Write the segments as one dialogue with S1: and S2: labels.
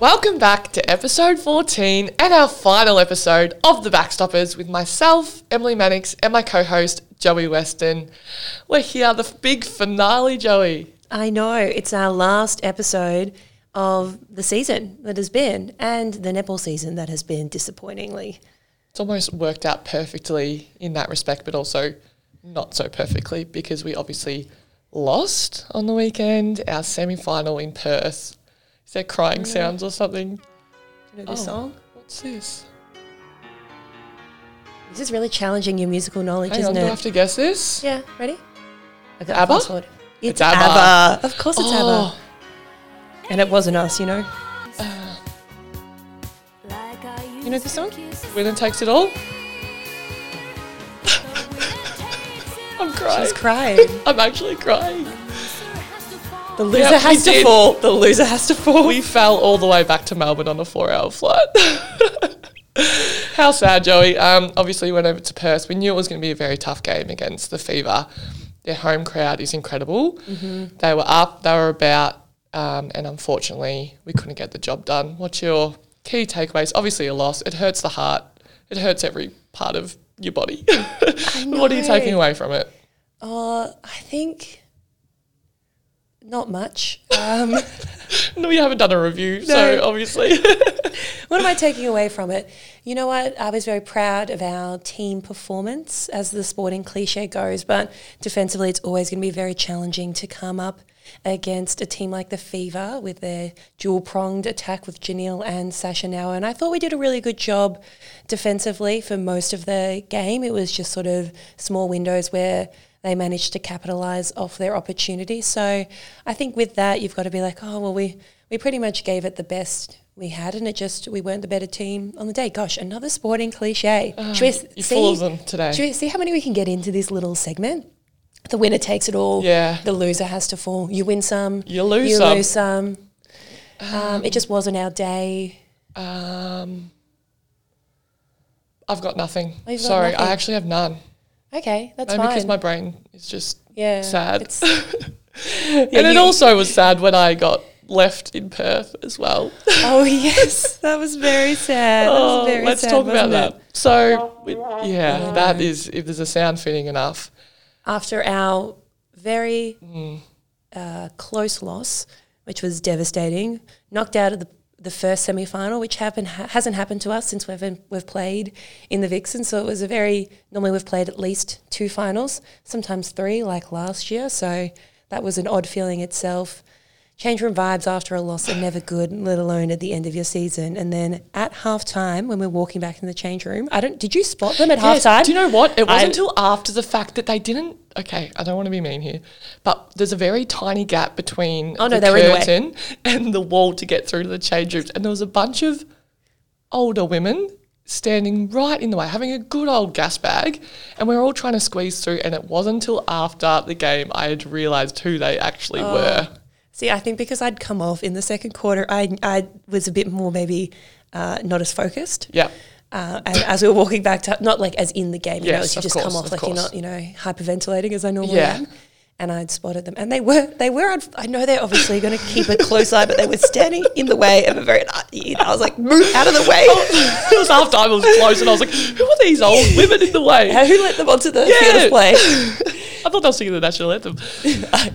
S1: Welcome back to episode 14 and our final episode of The Backstoppers with myself, Emily Mannix, and my co host, Joey Weston. We're here, the f- big finale, Joey.
S2: I know. It's our last episode of the season that has been and the netball season that has been disappointingly.
S1: It's almost worked out perfectly in that respect, but also not so perfectly because we obviously lost on the weekend our semi final in Perth. Is there crying sounds or something?
S2: You know this
S1: Oh.
S2: song?
S1: What's this?
S2: This is really challenging your musical knowledge,
S1: Hang
S2: isn't
S1: on, do I
S2: it?
S1: have to guess this?
S2: Yeah, ready? Okay,
S1: ABBA?
S2: fast forward. It's,
S1: It's ABBA.
S2: ABBA. Of course it's
S1: Oh.
S2: ABBA. And it wasn't us, you know?
S3: You know this song?
S1: Winner takes it all? I'm crying.
S2: She's crying.
S1: I'm actually crying.
S2: The loser
S1: we
S2: has to
S1: did.
S2: fall. The loser has to fall.
S1: We fell all the way back to Melbourne on a four hour flight. How sad, Joey. Um, obviously, went over to Perth. We knew it was going to be a very tough game against the Fever. Their home crowd is incredible.
S2: Mm-hmm.
S1: They were up, they were about, um, and unfortunately, we couldn't get the job done. What's your key takeaways? Obviously, a loss. It hurts the heart, it hurts every part of your body. what are you
S2: know.
S1: taking away from it?
S2: Uh, I think not much. Um,
S1: No, we haven't done a review, so
S2: No.
S1: obviously.
S2: What am I taking away from it? You know what? I was very proud of our team performance, as the sporting cliche goes, but defensively, it's always going to be very challenging to come up against a team like the Fever with their dual pronged attack with Janelle and Sasha now. And I thought we did a really good job defensively for most of the game. It was just sort of small windows where they managed to capitalize off their opportunity. So I think with that, you've got to be like, oh, well, we, we pretty much gave it the best we had, and it just, we weren't the better team on the day. Gosh, another sporting cliche. Should we s-
S1: Ah, you
S2: see-
S1: full of them today.
S2: Should we see how many we can get into this little segment? The winner takes it all.
S1: Yeah.
S2: The loser has to fall. You win some.
S1: You lose some. Ah.
S2: lose some. Um, it just wasn't our day.
S1: Um, I've got nothing.
S2: Oh, you've got
S1: Sorry,
S2: nothing.
S1: I actually have none.
S2: Okay, that's
S1: Maybe
S2: fine.
S1: because my brain is just
S2: yeah,
S1: sad.
S2: it's-
S1: and it
S2: you-
S1: also was sad when I got left in Perth as well.
S2: oh yes, that was very sad. that
S1: Oh,
S2: was very
S1: let's
S2: sad,
S1: talk about
S2: wasn't it?
S1: that. So, we- yeah, that is if there's a sound fitting enough.
S2: after our very
S1: Mm.
S2: uh, close loss, which was devastating, knocked out of the, the first semi final, which happened ha- hasn't happened to us since we've been, we've played in the Vixen. So it was a very normally we've played at least two finals, sometimes three, like last year. So that was an odd feeling itself. Change room vibes after a loss are never good, let alone at the end of your season. And then at halftime, when we're walking back in the change room, I don't. Did you spot them at
S1: Yes,
S2: halftime?
S1: Do you know what? It
S2: I-
S1: wasn't until after the fact that they didn't. Okay, I don't want to be mean here, but there's a very tiny gap between
S2: Oh,
S1: the
S2: no, they were in the way.
S1: curtain and the wall to get through to the change rooms, and there was a bunch of older women standing right in the way, having a good old gas bag, and we were all trying to squeeze through. And it wasn't until after the game I had realised who they actually
S2: Oh.
S1: were.
S2: See, I think because I'd come off in the second quarter, I, I was a bit more maybe uh, not as focused.
S1: Yeah,
S2: Uh, and as we were walking back to, not like as in the game, you know,
S1: Yes,
S2: as you
S1: of
S2: just
S1: course,
S2: come off
S1: of
S2: like you're
S1: course.
S2: not, you know, hyperventilating as I normally
S1: Yeah.
S2: am. And I'd spotted them, and they were they were. on- I know they're obviously going to keep a close eye, but they were standing in the way of a very. You know, I was like, move out of the way.
S1: it was after I was close, and I was like, "Who are these old women in the way?"
S2: And Who let them onto the
S1: Yeah.
S2: field of play?
S1: I thought they were singing the national anthem.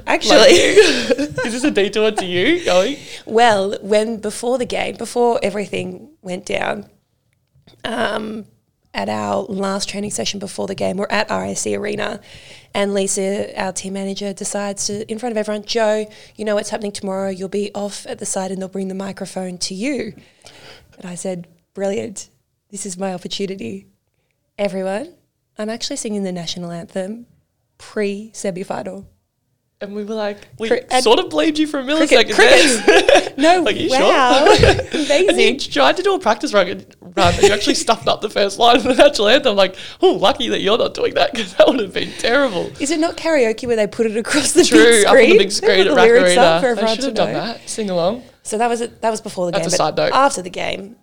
S2: Actually,
S1: Is this a detour to you going?
S2: Well, when before the game, before everything went down, um, at our last training session before the game, we're at RAC Arena, and Lisa, our team manager, decides to, in front of everyone, Joe, you know what's happening tomorrow. You'll be off at the side, and they'll bring the microphone to you. And I said, Brilliant. This is my opportunity. Everyone, I'm actually singing the national anthem pre semi final.
S1: And we were like, we
S2: Cri- and-
S1: sort of blamed you for a millisecond.
S2: Cricket,
S1: there.
S2: cricket. No,
S1: Like, you sure?
S2: wow.
S1: And you
S2: Amazing.
S1: tried to do a practice run, and- run and you actually stuffed up the first line of the national anthem. I'm like, oh, lucky that you're not doing that because that would have been terrible.
S2: Is it not karaoke where they put it across the
S1: True,
S2: big screen?
S1: up on the big
S2: They
S1: screen
S2: put
S1: at
S2: the lyrics
S1: Rakarina.
S2: up for
S1: They
S2: everyone
S1: should
S2: to
S1: have done
S2: know.
S1: that. Sing along.
S2: So that was that was before the
S1: That's
S2: game.
S1: a side
S2: but
S1: note. Uh,
S2: After the game,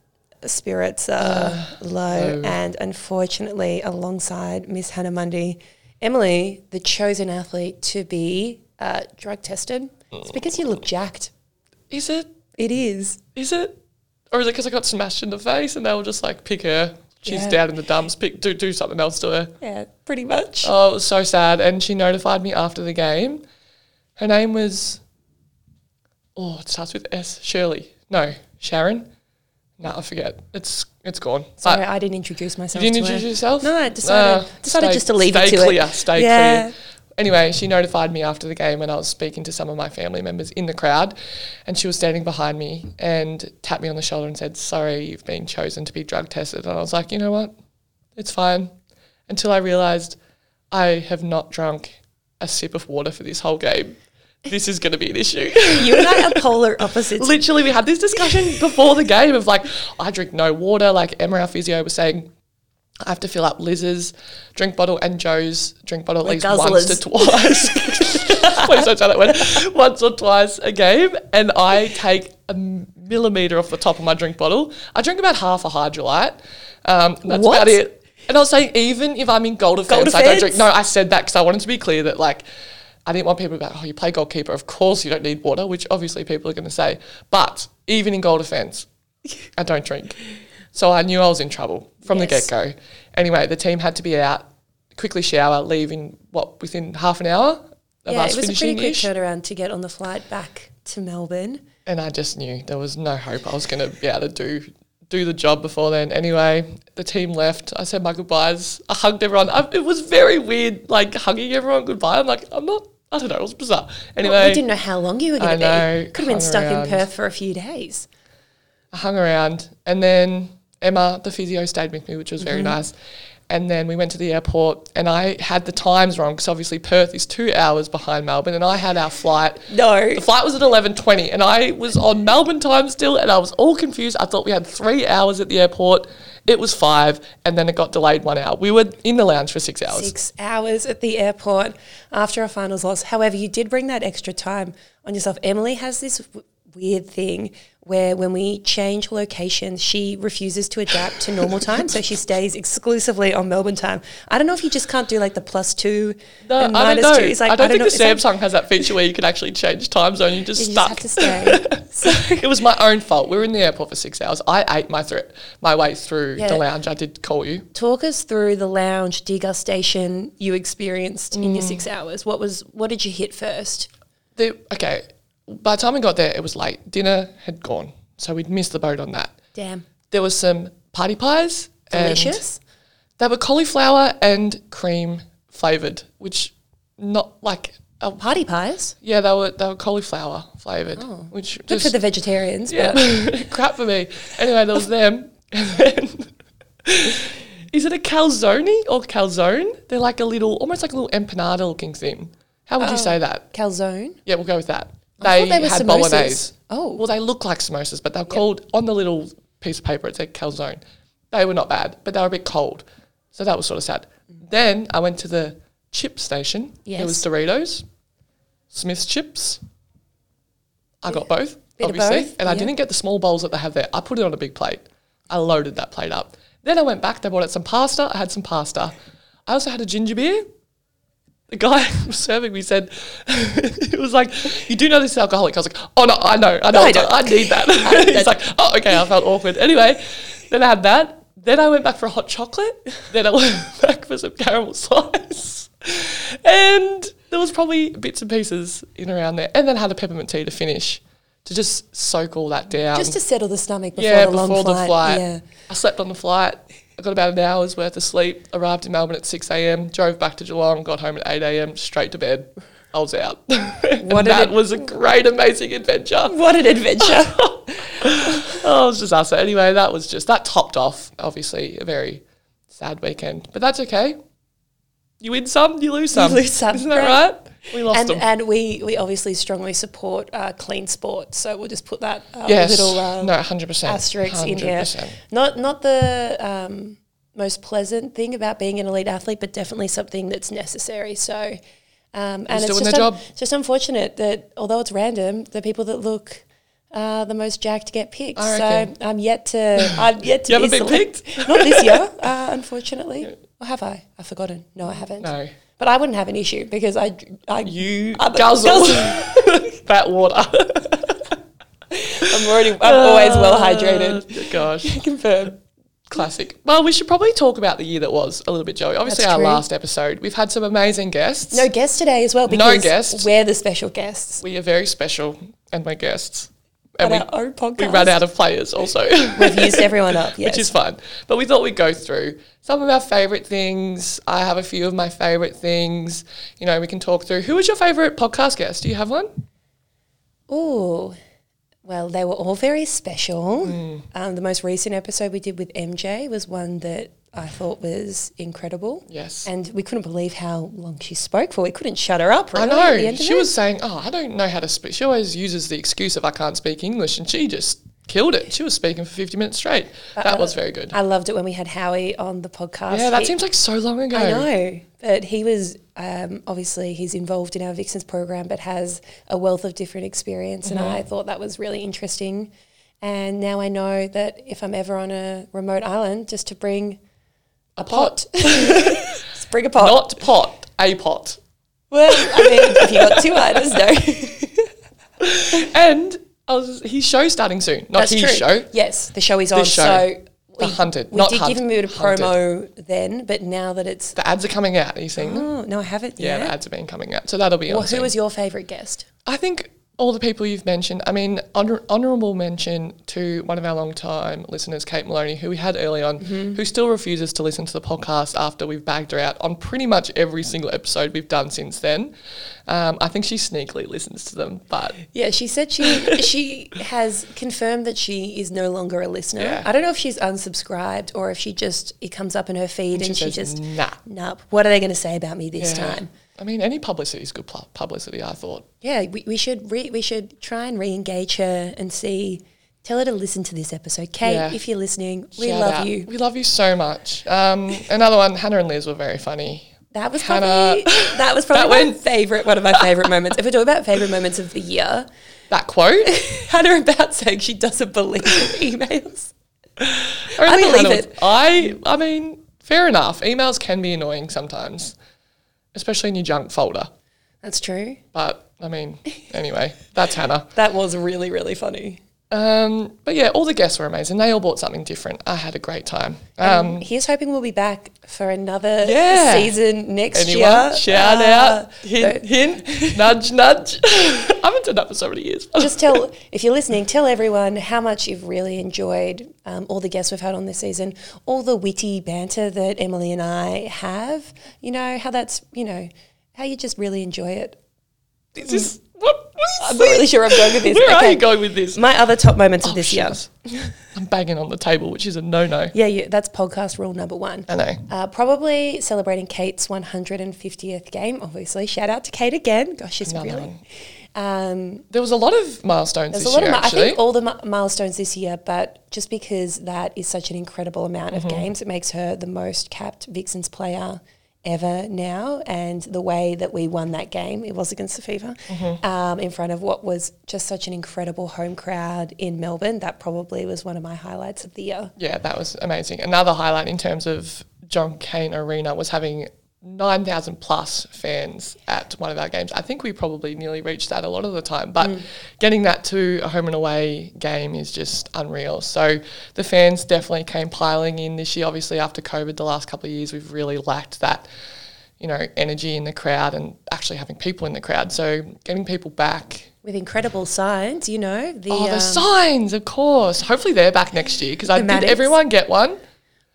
S2: spirits are low, and unfortunately, alongside Miss Hannah Mundy, Emily, the chosen athlete to be uh, drug tested, it's because you look jacked.
S1: Is it?
S2: It is.
S1: Is it? or is it because I got smashed in the face and they were just like, pick her. She's
S2: Yeah.
S1: down in the dumps. Pick, do do something else to her.
S2: Yeah, pretty much.
S1: Oh, it was so sad. And she notified me after the game. Her name was, oh, it starts with S. Shirley. No, Sharon. No, I forget. It's it's gone.
S2: Sorry,
S1: But
S2: I didn't introduce myself.
S1: did you
S2: to
S1: introduce
S2: her.
S1: yourself? Ah,
S2: No, I decided- decided
S1: stay-
S2: just to leave it
S1: stay
S2: to it.
S1: clear, Stay
S2: Yeah.
S1: clear. Anyway, she notified me after the game, and I was speaking to some of my family members in the crowd, and she was standing behind me and tapped me on the shoulder and said, "Sorry, you've been chosen to be drug tested." And I was like, "You know what? It's fine." Until I realised I have not drunk a sip of water for this whole game. This is going to be an issue.
S2: You and I are polar opposites.
S1: Literally, we had this discussion before the game of like, I drink no water. Like Emma, our physio, was saying, I have to fill up Liz's drink bottle and Joe's drink bottle at
S2: We're
S1: least once
S2: guzzlers.
S1: to twice. Please don't say that word. Once or twice a game, and I take a millimeter off the top of my drink bottle. I drink about half a hydrolite. Um, that's
S2: What?
S1: about it. And I was saying, even if I'm in gold offence,
S2: Gold
S1: I don't
S2: offence?
S1: drink. No, I said that because I wanted to be clear that like I didn't want people to be like, oh, you play goalkeeper, of course you don't need water, which obviously people are going to say. But even in goal defence, I don't drink. So I knew I was in trouble from
S2: Yes.
S1: the get go. Anyway, the team had to be out, quickly shower, leave in what within half an hour of
S2: yeah,
S1: us
S2: it was a pretty
S1: finishing
S2: quick
S1: ish.
S2: turnaround to get on the flight back to Melbourne.
S1: And I just knew there was no hope I was going to be able to do do the job before then. Anyway, the team left. I said my goodbyes. I hugged everyone. I, it was very weird, like hugging everyone goodbye. I'm like, I'm not. I don't know. It was bizarre. Anyway,
S2: Well, we didn't know how long you were
S1: I
S2: going to
S1: know,
S2: be. Could have been
S1: hung
S2: stuck
S1: around.
S2: in Perth for a few days.
S1: I hung around. And then Emma, the physio, stayed with me, which was
S2: Mm-hmm.
S1: very nice. And then we went to the airport, and I had the times wrong because obviously Perth is two hours behind Melbourne, and I had our flight.
S2: No.
S1: The flight was at eleven twenty, and I was on Melbourne time still, and I was all confused. I thought we had three hours at the airport. It was five, and then it got delayed one hour. We were in the lounge for six hours.
S2: Six hours at the airport after a finals loss. However, you did bring that extra time on yourself. Emily has this w- weird thing where when we change locations, she refuses to adapt to normal time. So she stays exclusively on Melbourne time. I don't know if you just can't do like the plus two
S1: No,
S2: and
S1: I don't
S2: minus
S1: know.
S2: two. It's like,
S1: I don't,
S2: know.
S1: think
S2: It's
S1: the
S2: like,
S1: Samsung has that feature where you can actually change time zone. You're just
S2: you
S1: stuck.
S2: just have to stay.
S1: it was my own fault. We were in the airport for six hours. I ate my thre- my way through
S2: Yeah.
S1: the lounge. I did call you.
S2: Talk us through the lounge degustation you experienced in your six hours. What was what did you hit first?
S1: The, okay, by the time we got there, it was late. Dinner had gone, so we'd missed the boat on that.
S2: Damn,
S1: There was some party pies. and
S2: delicious.
S1: They were cauliflower and cream flavored, which not like uh,
S2: Party pies.
S1: yeah, they were they were cauliflower flavored, which
S2: Oh. Good for
S1: just
S2: the vegetarians. but-
S1: yeah, crap for me. Anyway, there was them, and then. Is it a calzone or calzone? They're like a little, almost like a little empanada looking thing. How
S2: Oh.
S1: would you say that?
S2: calzone.
S1: Yeah, we'll go with that.
S2: I
S1: They,
S2: thought they were
S1: had
S2: samosas.
S1: bolognese.
S2: Oh.
S1: well, they look like samosas, but they're called on the little piece of paper. It said calzone. They were not bad, but they were a bit cold, so that was sort of sad. Then I went to the chip station. It was
S2: Mm. Yes.
S1: Doritos, Smith's chips. I got both,
S2: Bit of
S1: obviously,
S2: both,
S1: and I
S2: yeah.
S1: didn't get the small bowls that they have there. I put it on a big plate. I loaded that plate up. Then I went back. They brought out some pasta. I had some pasta. I also had a ginger beer the guy who was serving me said, it was like, you do know this is alcoholic. I was like, oh no, I know, I know,
S2: I
S1: I,
S2: don't.
S1: need that. He's like, oh, okay, I felt awkward. Anyway, then I had that. Then I went back for a hot chocolate. Then I went back for some caramel slice. And there was probably bits and pieces in around there. And then I had a peppermint tea to finish to just soak all that down.
S2: Just to settle the stomach Um, before
S1: yeah,
S2: the long
S1: before
S2: flight.
S1: the flight.
S2: Yeah.
S1: I slept on the flight. I got about an hour's worth of sleep. Arrived in Melbourne at 6 a.m., drove back to Geelong, got home at 8 a.m., straight to bed. I was out. And
S2: What an
S1: that
S2: ad-
S1: was a great, amazing adventure.
S2: What an adventure.
S1: Oh, it was just us. Anyway, that was just, that topped off, obviously, a very sad weekend. But that's okay. You win some, you lose some.
S2: lose some,
S1: Isn't that
S2: right.
S1: right? We lost
S2: and
S1: them.
S2: and we, we obviously strongly support uh, clean sport. So we'll just put that uh,
S1: yes.
S2: little uh,
S1: no, 100%.
S2: asterisks in here.
S1: 100%.
S2: Not not the um, most pleasant thing about being an elite athlete, but definitely something that's necessary. So, um, and it's
S1: doing
S2: just,
S1: their
S2: un-
S1: job.
S2: just unfortunate that although it's random, the people that look uh, the most jacked get picked.
S1: I
S2: So
S1: reckon.
S2: I'm yet to I'm yet to
S1: You
S2: be
S1: haven't been
S2: select- Not this year, uh, unfortunately. Or have I? I've forgotten. No, I haven't.
S1: No.
S2: But I wouldn't have an issue because I I
S1: You
S2: Other-
S1: guzzle
S2: guzzle.
S1: that water.
S2: I'm already, I'm always well hydrated.
S1: Oh, gosh.
S2: Confirmed.
S1: Classic. Well, we should probably talk about the year that was a little bit, Joey. Obviously,
S2: That's
S1: our
S2: true.
S1: last episode. We've had some amazing guests.
S2: No guests today as well because
S1: guests.
S2: we're the special guests.
S1: We are very special, and we're guests.
S2: on
S1: And we,
S2: our own podcast.
S1: we ran out of players also.
S2: We've used everyone up, yes.
S1: which is fun. But we thought we'd go through some of our favourite things. I have a few of my favourite things. You know, we can talk through. Who was your favourite podcast guest? Do you have one?
S2: Ooh. Well, they were all very special.
S1: Hmm.
S2: Um, the most recent episode we did with MJ was one that I thought was incredible.
S1: Yes.
S2: And we couldn't believe how long she spoke for. We couldn't shut her up,
S1: I
S2: really. at the
S1: know.
S2: end of
S1: She
S2: it.
S1: was saying, Oh, I don't know how to speak. She always uses the excuse of I can't speak English, and she just killed it. She was speaking for 50 minutes straight. That was very good.
S2: I loved it when we had Howie on the podcast.
S1: Yeah, that
S2: He-
S1: seems like so long ago.
S2: I know, but he was um, obviously he's involved in our Vixens program, but has a wealth of different experience, and
S1: Mm-hmm.
S2: I thought that was really interesting. And now I know that if I'm ever on a remote island, just to bring a pot, just bring a pot.
S1: Not pot, a pot.
S2: well, I mean, if you got two items, no.
S1: And I was, his show's starting soon. Not
S2: That's
S1: his
S2: true.
S1: show.
S2: Yes, the show is on.
S1: show.
S2: So
S1: The Hunted,
S2: We
S1: not
S2: did give
S1: Hunt,
S2: him a bit of
S1: Hunted.
S2: promo then, but now that it's
S1: The ads are coming out. Are you seeing them?
S2: oh no, I haven't
S1: Yeah, the
S2: yet.
S1: ads have been coming out. So that'll be
S2: Well,
S1: awesome.
S2: who was your favourite guest?
S1: I think all the people you've mentioned, I mean, honor- honourable mention to one of our long-time listeners, Kate Maloney, who we had early on,
S2: Mm-hmm.
S1: who still refuses to listen to the podcast after we've bagged her out on pretty much every single episode we've done since then. Um, I think she sneakily listens to them, but
S2: Yeah, she said she she has confirmed that she is no longer a listener.
S1: Yeah.
S2: I don't know if she's unsubscribed or if she just it comes up in her feed and,
S1: she
S2: she,
S1: says,
S2: just
S1: nah.
S2: Nope. What are they going to say about me this
S1: Yeah.
S2: time?
S1: I mean, any publicity is good pu- publicity, I thought.
S2: Yeah, we, we should re, we should try and re-engage her and see. Tell her to listen to this episode, Kate.
S1: Yeah.
S2: If you're listening, we
S1: Shout
S2: love
S1: out.
S2: you.
S1: We love you so much. Um, another one, Hannah and Liz were very funny.
S2: That was
S1: Hannah.
S2: probably that was probably
S1: That
S2: my
S1: went-
S2: favorite one of my favorite moments. If we're talking about favorite moments of the year,
S1: That quote,
S2: Hannah about saying she doesn't believe in emails.
S1: Only
S2: believe
S1: Hannah
S2: it.
S1: would- I I mean, fair enough. Emails can be annoying sometimes, especially in your junk folder.
S2: That's true.
S1: But I mean, anyway, that's Hannah.
S2: That was really really funny.
S1: Um, but yeah, all the guests were amazing. They all bought something different. I had a great time. Um,
S2: Here's hoping we'll be back for another
S1: Yeah.
S2: season next
S1: anyone?
S2: year.
S1: Shout
S2: Uh,
S1: out,
S2: don't-
S1: hint, hint, nudge, nudge. I haven't done that for so many years.
S2: Just tell, if you're listening, tell everyone how much you've really enjoyed um, all the guests we've had on this season, all the witty banter that Emily and I have, you know, how that's, you know, how you just really enjoy it.
S1: Is this- what- what is
S2: I'm not
S1: this?
S2: really sure I'm going with this.
S1: Where are
S2: Okay.
S1: you going with this? Oh,
S2: My other top moments of this year.
S1: I'm banging on the table, which is a no-no.
S2: Yeah, yeah, that's podcast rule number one.
S1: I know.
S2: Uh, probably celebrating Kate's 150th game, obviously. Shout out to Kate again. Gosh, she's
S1: Another
S2: really.
S1: one.
S2: Um,
S1: There was a lot of milestones
S2: there's a
S1: this
S2: lot
S1: year.
S2: of, mi- I
S1: actually,
S2: think all the mi- milestones this year, but just because that is such an incredible amount of
S1: Mm-hmm.
S2: games, it makes her the most capped Vixens player ever now. And the way that we won that game, it was against the Fever,
S1: Mm-hmm.
S2: um, in front of what was just such an incredible home crowd in Melbourne, that probably was one of my highlights of the year.
S1: Yeah, that was amazing. Another highlight in terms of John Cain Arena was having 9,000 plus fans at one of our games. I think we probably nearly reached that a lot of the time, but
S2: Mm.
S1: getting that to a home and away game is just unreal. So the fans definitely came piling in this year. Obviously, after COVID, the last couple of years, we've really lacked that. You know, energy in the crowd and actually having people in the crowd. So getting people back.
S2: With incredible signs, you know. The,
S1: Oh, the
S2: um,
S1: signs, of course. Hopefully they're back next year because I did.
S2: Thematics.
S1: Everyone get one.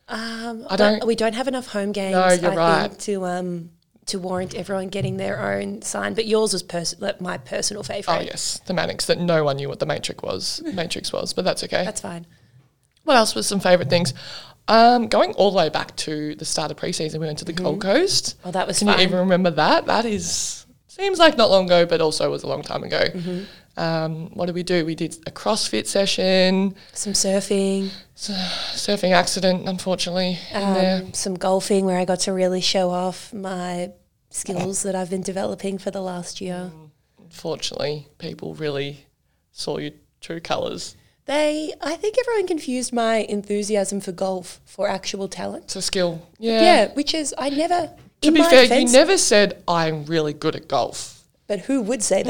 S1: I
S2: But
S1: don't-
S2: we don't have enough home games.
S1: No, you're
S2: I
S1: right.
S2: Think, to um to warrant everyone getting their own sign, but yours was pers- like my personal favorite.
S1: Oh yes, the Manix that no one knew what the Matrix was. Matrix was, but that's okay.
S2: That's fine.
S1: what else was some favourite things? Um, going all the way back to the start of preseason, we went to the Gold Coast.
S2: Oh, that was
S1: Can
S2: fun.
S1: you even remember that? That is seems like not long ago, but also was a long time ago.
S2: Mm-hmm.
S1: Um, what did we do? We did a CrossFit session,
S2: Some surfing,
S1: surfing accident, unfortunately. in there.
S2: um, some golfing, where I got to really show off my skills that I've been developing for the last year.
S1: Unfortunately, people really saw your true colours.
S2: They, I think everyone confused my enthusiasm for golf for actual talent.
S1: It's a skill.
S2: Yeah, which is I never.
S1: To
S2: in
S1: be
S2: my
S1: fair,
S2: defense-
S1: you never said I'm really good at golf.
S2: But who would say
S1: No,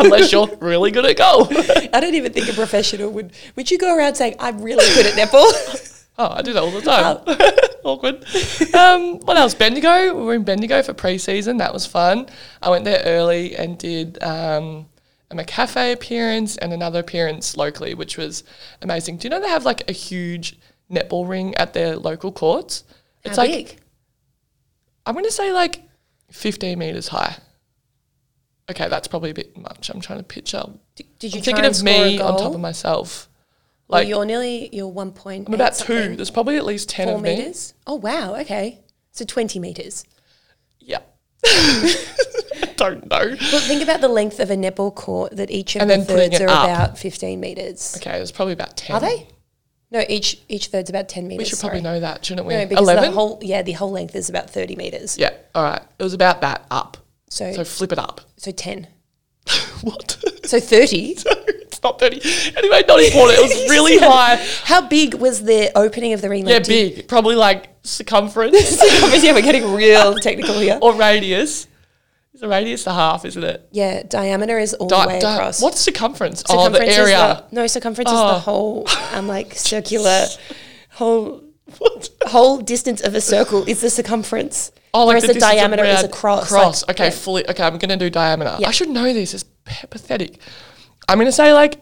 S1: unless you're really good at goal.
S2: I don't even think a professional would. Would you go around saying, I'm really good at netball?
S1: Oh, I do that all the time. Awkward. Um, what else? Bendigo. We were in Bendigo for pre-season. That was fun. I went there early and did um, a McCafe appearance and another appearance locally, which was amazing. Do you know they have like a huge netball ring at their local courts? It's
S2: How
S1: like
S2: big?
S1: I'm going to say like 15 meters high. Okay, that's probably a bit much. I'm trying to picture.
S2: D- Did you
S1: I'm
S2: try
S1: thinking
S2: and
S1: of
S2: score a
S1: me
S2: goal?
S1: on top of myself.
S2: Well,
S1: Like
S2: you're nearly, you're one point.
S1: I'm about two. There's probably at least 10
S2: Four
S1: of me.
S2: meters? Oh, wow. Okay. So 20 meters.
S1: Yeah. Don't know.
S2: Well, think about the length of a netball court that each of
S1: And
S2: the
S1: then putting
S2: thirds
S1: it
S2: are
S1: up.
S2: about 15 meters.
S1: Okay, there's probably about 10.
S2: Are they? No, each each third's about 10 meters.
S1: We should probably
S2: sorry.
S1: know that, shouldn't we?
S2: No, because
S1: 11?
S2: the whole, yeah, the whole length is about 30 meters.
S1: yeah, all right. It was about that up.
S2: So,
S1: So
S2: so,
S1: flip it up.
S2: 10.
S1: what?
S2: So 30.
S1: it's not 30. Anyway, not important. It was really high.
S2: How big was the opening of the ring?
S1: Yeah,
S2: Like, did-
S1: big. Probably like circumference
S2: Obviously, we're getting real technical here.
S1: or radius. It's a radius a half, isn't it?
S2: Yeah, diameter is all
S1: Di-
S2: the way
S1: di-
S2: across.
S1: What's circumference? oh, the
S2: Circumference is
S1: area.
S2: the- no, circumference is
S1: Oh.
S2: the whole, um, like circular, whole
S1: What?
S2: whole distance of a circle is the circumference.
S1: Oh, like
S2: whereas the,
S1: distance
S2: diameter is
S1: around-
S2: across. like-
S1: Cross. okay,
S2: yeah.
S1: fully. Okay, I'm gonna do diameter.
S2: Yeah.
S1: I should know this. It's pa- pathetic. I'm gonna say like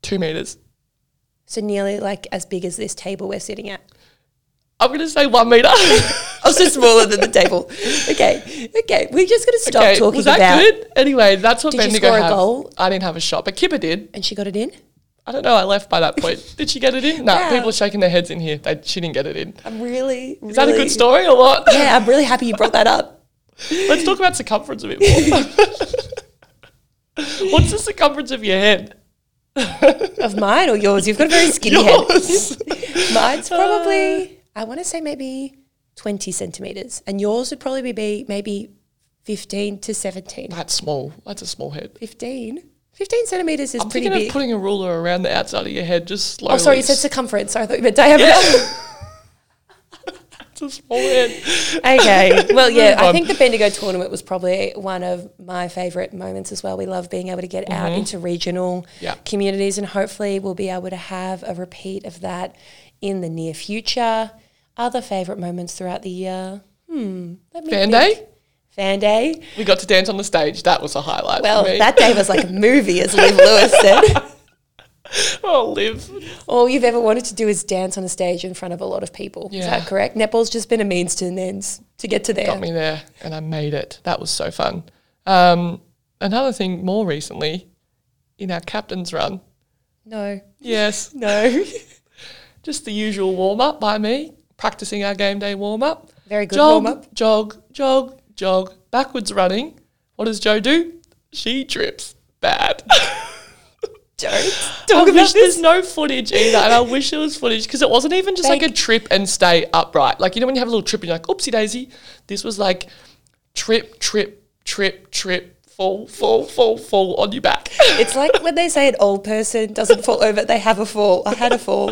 S1: two meters.
S2: So nearly like as big as this table we're sitting at.
S1: I'm gonna say one meter.
S2: Also smaller than the table. Okay, okay. We're just going to stop
S1: okay,
S2: talking
S1: was that
S2: about.
S1: good? Anyway, that's what
S2: Did you
S1: Bendigo
S2: score a
S1: have.
S2: goal?
S1: I didn't have a shot, but Kipper did.
S2: And she got it in.
S1: I don't know. I left by that point. did she get it in? No,
S2: Yeah.
S1: people are shaking their heads in here. They, she didn't get it in.
S2: I'm really.
S1: Is that a good story or what?
S2: Yeah, I'm really happy you brought that up.
S1: Let's talk about circumference a bit more. What's the circumference of your head?
S2: Of mine or yours? You've got a very skinny head.
S1: Yours.
S2: Mine's
S1: Uh.
S2: probably, I want to say maybe 20 centimeters. And yours would probably be maybe 15 to 17.
S1: That's small. That's a small head.
S2: 15? 15 centimeters is
S1: I'm
S2: pretty
S1: thinking
S2: big.
S1: of putting a ruler around the outside of your head, just slowly.
S2: oh, sorry, you said circumference. Sorry, I thought you meant diameter.
S1: it's a small head.
S2: okay. Well, yeah,
S1: Move
S2: I
S1: on.
S2: think the Bendigo tournament was probably one of my favourite moments as well. We love being able to get out into regional
S1: Mm-hmm. Yeah.
S2: communities, and hopefully, we'll be able to have a repeat of that in the near future. Other favourite moments throughout the year? Hmm. Let me
S1: Fan
S2: think.
S1: day?
S2: Fan day.
S1: We got to dance on the stage. That was a highlight.
S2: Well,
S1: for me.
S2: that day was like a movie, as Liv Lewis said.
S1: oh, live.
S2: All you've ever wanted to do is dance on a stage in front of a lot of people. Is
S1: Yeah.
S2: that correct? Netball's just been a means to an end to get to there.
S1: Got me there, and I made it. That was so fun. Um, another thing, more recently, in our captain's run.
S2: No,
S1: Yes,
S2: no.
S1: just the usual warm up by me, practicing our game day warm up.
S2: Very good
S1: jog,
S2: warm up.
S1: Jog, jog, jog, backwards running. What does Joe do? She drips bad.
S2: Don't.
S1: I wish there's no footage either, and I wish there was footage because it wasn't even just like a trip and stay upright. Like you know when you have a little trip, and you're like, "Oopsie daisy." This was like trip, trip, trip, trip, fall, fall, fall, fall on your back.
S2: It's like when they say an old person doesn't fall over, they have a fall. I had a fall.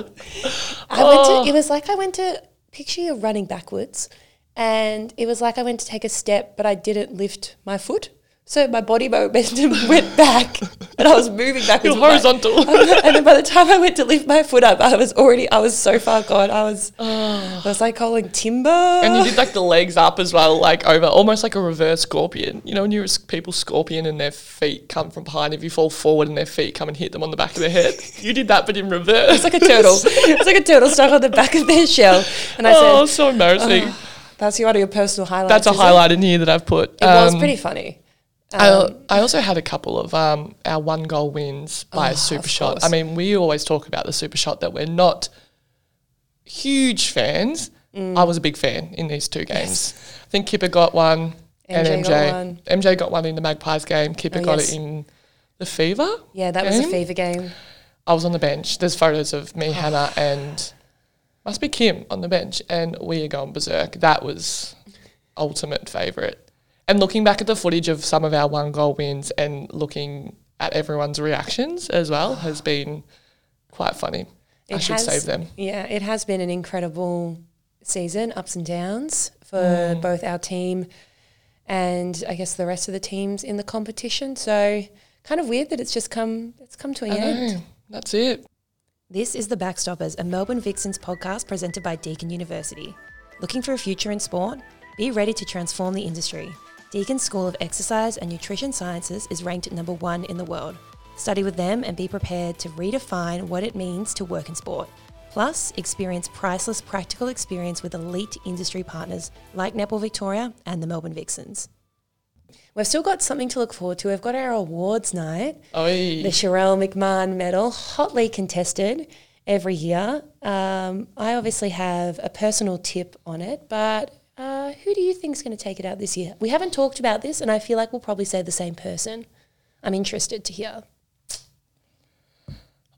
S2: I
S1: Oh.
S2: went to, it was like I went to picture you're running backwards and it was like I went to take a step, but I didn't lift my foot. So my body momentum went back and I was moving backwards.
S1: You're
S2: with my-
S1: horizontal.
S2: and then by the time I went to lift my foot up, I was already, I was so far gone. I was, I was like calling timber.
S1: Oh. and you did like the legs up as well, like over, almost like a reverse scorpion. You know when you s- people scorpion and their feet come from behind. If you fall forward and their feet come and hit them on the back of their head, you did that, but in reverse.
S2: it's like a turtle. it's like a turtle stuck on the back of their shell. And I
S1: oh,
S2: said, Uh,
S1: so embarrassing.
S2: that's one of your personal highlights.
S1: That's a
S2: is it?"
S1: highlight in here that I've put.
S2: It was pretty funny. Um,
S1: I, I also had a couple of um, our one goal wins by a super
S2: Ah, of
S1: shot. I
S2: course.
S1: mean, we always talk about the super shot that we're not huge fans.
S2: Mm.
S1: I was a big fan in these two games. I think Kipper got one and
S2: MJ
S1: MJ.
S2: got one.
S1: MJ got one in the Magpies game. Kipper
S2: Oh,
S1: got
S2: yes.
S1: it in the Fever.
S2: Yeah, that was a
S1: game.
S2: fever game.
S1: I was on the bench. There's photos of me, Hannah, and must be Kim on the bench, and we are going berserk. That was ultimate favourite. And looking back at the footage of some of our one goal wins and looking at everyone's reactions as well has been quite funny. I
S2: It
S1: should
S2: has-
S1: save them.
S2: Yeah, it has been an
S1: Mm.
S2: incredible season, ups and downs for both our team and I guess the rest of the teams in the competition. So kind of weird that it's just come it's come to an
S1: I
S2: end.
S1: know. That's it.
S2: This is The Backstoppers, a Melbourne Vixens podcast presented by Deakin University. Looking for a future in sport? Be ready to transform the industry. Deakin School of Exercise and Nutrition Sciences is ranked number one in the world. Study with them and be prepared to redefine what it means to work in sport. Plus, experience priceless practical experience with elite industry partners like Nepal Victoria and the Melbourne Vixens. We've still got something to look forward to. We've got our awards night
S1: Oi.
S2: the Sherelle McMahon Medal, hotly contested every year. Um, I obviously have a personal tip on it, but uh, who do you think is going to take it out this year? We haven't talked about this, and I feel like we'll probably say the same person. I'm interested to hear.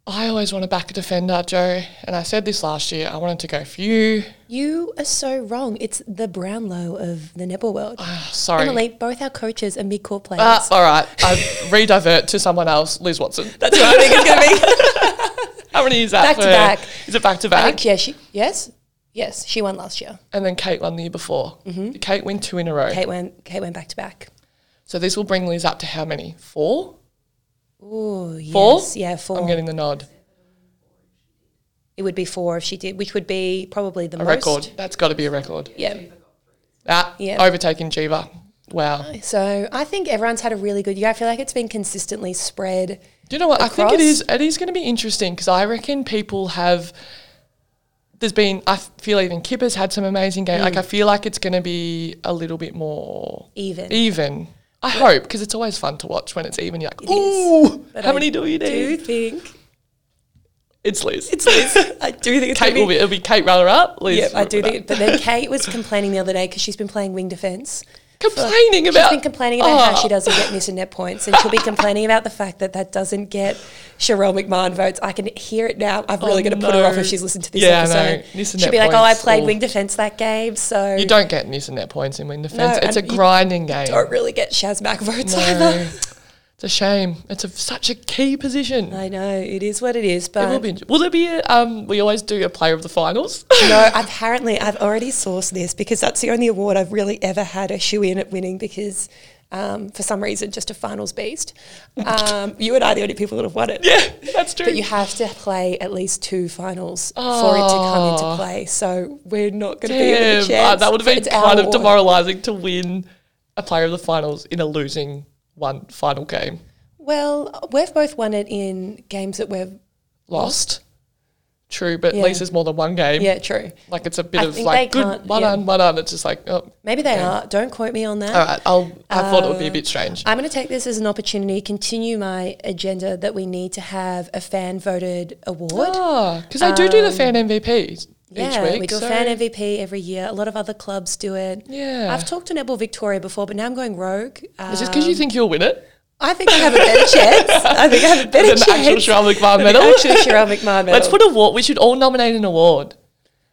S1: I always want to back a defender, Joe. And I said this last year. I wanted to go for you.
S2: You are so wrong. It's the Brownlow of the netball world.
S1: Ah, sorry.
S2: Emily, both our coaches are mid-core players.
S1: Ah, all right. I redivert to someone else. Liz Watson.
S2: That's what I think it's going to be.
S1: How many is that?
S2: Back to
S1: for-
S2: back.
S1: Is it back to
S2: I
S1: back?
S2: think, yeah, she, yes, yes, she won last year.
S1: And then Kate won the year before. Did Kate win two in a row?
S2: Mm-hmm. Kate went, Kate went back to back.
S1: So this will bring Liz up to how many? Four?
S2: Ooh, yes,
S1: Four?
S2: yeah, 4
S1: I'm getting the nod.
S2: It would be four if she did, which would be probably the
S1: A
S2: most.
S1: record. That's got to be a record.
S2: Yeah.
S1: Ah,
S2: Yeah.
S1: overtaking Jeeva. Wow.
S2: So I think everyone's had a really good year. I feel like it's been consistently spread.
S1: Do you know what? I think
S2: Across?
S1: it is. It is going to be interesting because I reckon people have. There's been. I feel even Kipper's had some amazing games.
S2: Mm.
S1: Like I feel like it's going to be a little bit more
S2: Even.
S1: Even. I hope because it's always fun to watch when it's even. You're like,
S2: is.
S1: ooh,
S2: But
S1: how
S2: I
S1: many do you need?
S2: think
S1: It's Liz.
S2: it's Liz. I do think it's
S1: Kate will be. It'll be Kate runner up. Liz.
S2: Yep, I do
S1: winner.
S2: think. But then Kate was complaining the other day because she's been playing wing defense.
S1: complaining
S2: She's
S1: about.
S2: been complaining about how
S1: Oh.
S2: she doesn't get miss and net points, and she'll be complaining about the fact that that doesn't get Sherelle McMahon votes. I can hear it now. I'm really
S1: Oh,
S2: going to put her off
S1: no.
S2: if she's listened to this
S1: Yeah, I know.
S2: episode.
S1: Miss and
S2: She'll
S1: net
S2: be like, "Oh, I
S1: points.
S2: played
S1: Ooh.
S2: wing defense that game, so
S1: You don't get news and net points in win defense.
S2: No,
S1: it's a
S2: and you
S1: grinding game.
S2: don't really get Shaz Mack votes
S1: No.
S2: either."
S1: it's a shame. It's a, such a key position.
S2: I know it is what it is, but
S1: It will be. Will there be? A, um, we always do a player of the finals.
S2: no. Apparently, I've already sourced this because that's the only award I've really ever had a shoe in at winning because. Um, for some reason, just a finals beast. Um, you and I are the only people that have won it.
S1: yeah, that's true.
S2: But you have to play at least two finals for it to come into play. So we're not going to be
S1: Oh. Damn,
S2: in a chance.
S1: uh, that would have been
S2: It's our
S1: kind of
S2: award.
S1: demoralising to win a player of the finals in a losing one final game.
S2: Well, we've both won it in games that we've.
S1: Lost. True, but
S2: Yeah.
S1: at least there's more than one game.
S2: Yeah, true.
S1: Like it's a bit
S2: I
S1: of
S2: think
S1: like
S2: they
S1: good
S2: can't-
S1: one
S2: yeah.
S1: on one on. It's just like oh,
S2: Maybe they are. Don't quote me on that.
S1: all right. I'll. I thought it would be a
S2: Uh,
S1: bit strange.
S2: I'm going to take this as an opportunity to continue my agenda that we need to have a fan voted award.
S1: because they do do the fan MVPs
S2: Um, yeah,
S1: Oh, each week.
S2: we do
S1: so
S2: a fan MVP every year. A lot of other clubs do it.
S1: Yeah.
S2: I've talked to Nebel Victoria before, but now I'm going rogue. Uh,
S1: Is this because you think you'll win it?
S2: I think I have a better chance. I think I have a better
S1: Than
S2: chance.
S1: the actual Cheryl McMahon medal.
S2: Actually, Cheryl McMahon medal.
S1: Let's put a award. We should all nominate an award,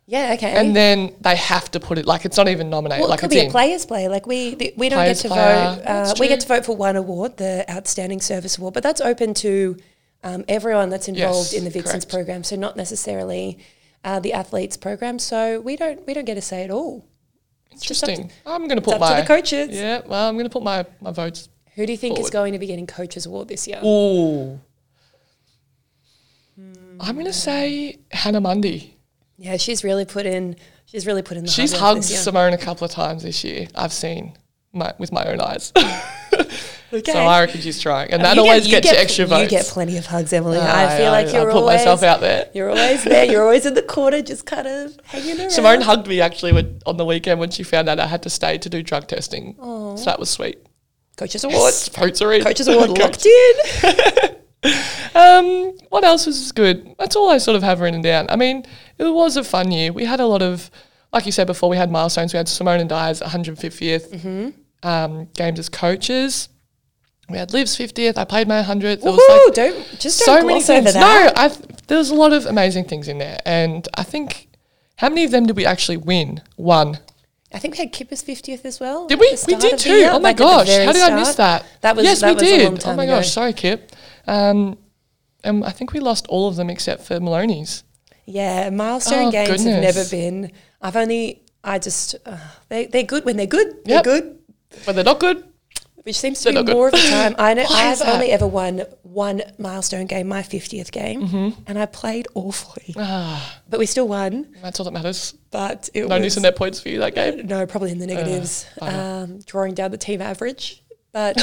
S2: yeah, okay.
S1: and then they have to put it like it's not even nominated.
S2: well,
S1: like
S2: it could
S1: it's
S2: be
S1: in.
S2: a players' play. Like we, the, we don't get
S1: Players'
S2: to
S1: player.
S2: vote. Uh,
S1: That's
S2: we get to
S1: true.
S2: vote for one award, the Outstanding Service Award, but that's open to um, everyone that's involved
S1: Yes,
S2: in the Vixens
S1: correct.
S2: program. So not necessarily uh, the athletes program. So we don't we don't get a say at all. It's just up to-
S1: Interesting. I'm going to
S2: It's
S1: put
S2: up to
S1: my
S2: the coaches.
S1: Yeah, well, I'm going to put my my votes.
S2: Who do you think is
S1: Forward.
S2: going to be getting coaches award this year?
S1: Ooh.
S2: Hmm.
S1: I'm going to say Hannah Mundy.
S2: Yeah, she's really put in. She's really put in. The hard
S1: She's
S2: work
S1: hugged
S2: this year.
S1: Simone a couple of times this year. I've seen my, with my own eyes.
S2: Okay.
S1: So I reckon she's trying, and
S2: You
S1: that
S2: get-
S1: always
S2: you
S1: gets
S2: get
S1: you
S2: pl-
S1: extra votes.
S2: You get plenty of hugs, Emily.
S1: I-
S2: I feel
S1: I-
S2: like
S1: I
S2: you're
S1: put
S2: always
S1: myself out there.
S2: You're always there. You're always in the corner, just kind of hanging around.
S1: Simone hugged me actually when, on the weekend when she found out I had to stay to do drug testing. So that was sweet.
S2: coaches
S1: Yes,
S2: awards.
S1: votes are in.
S2: Coaches award locked
S1: Coaches.
S2: in.
S1: Um, what else was good? That's all I sort of have written down. I mean, it was a fun year. We had a lot of, like you said before, we had milestones. We had Simone and Dyer's 150th
S2: Mm-hmm.
S1: um, games as coaches. We had Liv's 50th. I played my 100th. It was like
S2: Woohoo, don't just don't gloss over
S1: things.
S2: that.
S1: No, I th- there was a lot of amazing things in there, and I think how many of them did we actually win? One.
S2: I think we had Kipper's fiftieth as well.
S1: Did
S2: at
S1: we?
S2: the
S1: We
S2: start
S1: did
S2: of the
S1: too.
S2: year,
S1: oh my
S2: like at the
S1: gosh,
S2: very
S1: how did I miss
S2: start.
S1: that?
S2: That was
S1: yes,
S2: that
S1: we
S2: was a
S1: did.
S2: long time
S1: oh my
S2: ago.
S1: gosh, sorry, Kip. Um, um, I think we lost all of them except for Maloney's.
S2: Yeah, milestone
S1: Oh,
S2: games have
S1: goodness.
S2: never been. I've only I just uh, they they're good when they're good.
S1: Yep.
S2: They're good.
S1: When they're not good,
S2: which seems to
S1: They're
S2: be
S1: not good.
S2: more of the time. I know
S1: Why
S2: I've
S1: is that?
S2: only ever won one milestone game, my 50th game,
S1: Mm-hmm.
S2: and I played awfully. but we still won,
S1: Ah, that's all that matters.
S2: but it
S1: No
S2: was
S1: news in net points for you that Uh, game.
S2: no, probably in the negatives,
S1: bummer.
S2: um, drawing down the team average. But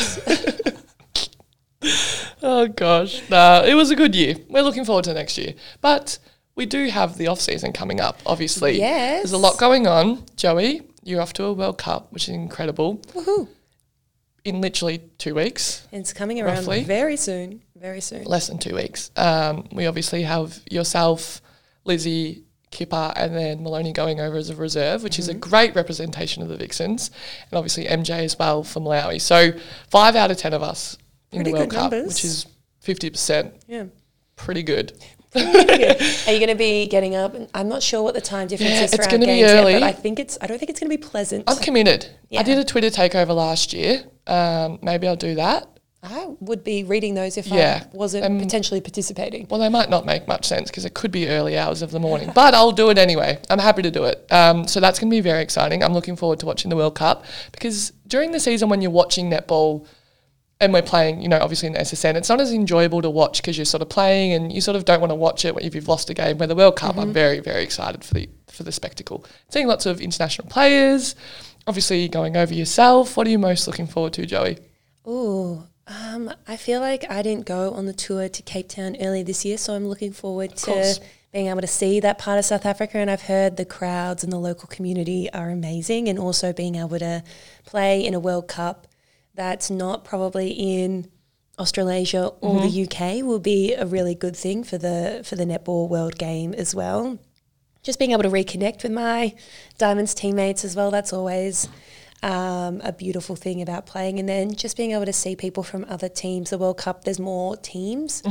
S1: Oh gosh, nah, it was a good year. We're looking forward to next year, but we do have the off season coming up. Obviously,
S2: Yes.
S1: there's a lot going on. Joey, you're off to a World Cup, which is incredible.
S2: woohoo,
S1: In literally two weeks,
S2: it's coming around
S1: Roughly.
S2: very soon, very soon.
S1: less than two weeks. Um, we obviously have yourself, Lizzie, Kipper, and then Maloney going over as a reserve, which
S2: Mm-hmm.
S1: is a great representation of the Vixens, and obviously MJ as well from Lowy. So five out of ten of us in
S2: Pretty
S1: the World
S2: good
S1: Cup,
S2: numbers.
S1: which is fifty percent.
S2: Yeah.
S1: Pretty good.
S2: Are you going to be getting up? I'm not sure what the time difference
S1: Yeah,
S2: is for
S1: it's
S2: our
S1: gonna be
S2: games
S1: early.
S2: yet, but I think it's. I don't think it's going to be pleasant.
S1: I'm committed.
S2: Yeah.
S1: I did a Twitter takeover last year. Um, maybe I'll do that.
S2: I would be reading those if
S1: Yeah.
S2: I wasn't
S1: Um,
S2: potentially participating.
S1: Well, they might not make much sense because it could be early hours of the morning, but I'll do it anyway. I'm happy to do it. Um, so that's going to be very exciting. I'm looking forward to watching the World Cup because during the season when you're watching netball and we're playing, you know, obviously in the SSN, it's not as enjoyable to watch because you're sort of playing and you sort of don't want to watch it if you've lost a game. Where the World Cup, I'm very, very excited for the for the spectacle. Seeing lots of international players, obviously going over yourself. What are you most looking forward to, Joey?
S2: Ooh, um, I feel like I didn't go on the tour to Cape Town earlier this year, so I'm looking forward
S1: course.
S2: to being able to see that part of South Africa. And I've heard the crowds and the local community are amazing, and also being able to play in a World Cup that's not probably in Australasia or the UK will be a really good thing for the for the netball world game as well. Just being able to reconnect with my Diamonds teammates as well. That's always um, a beautiful thing about playing, and then just being able to see people from other teams. The World Cup, there's more teams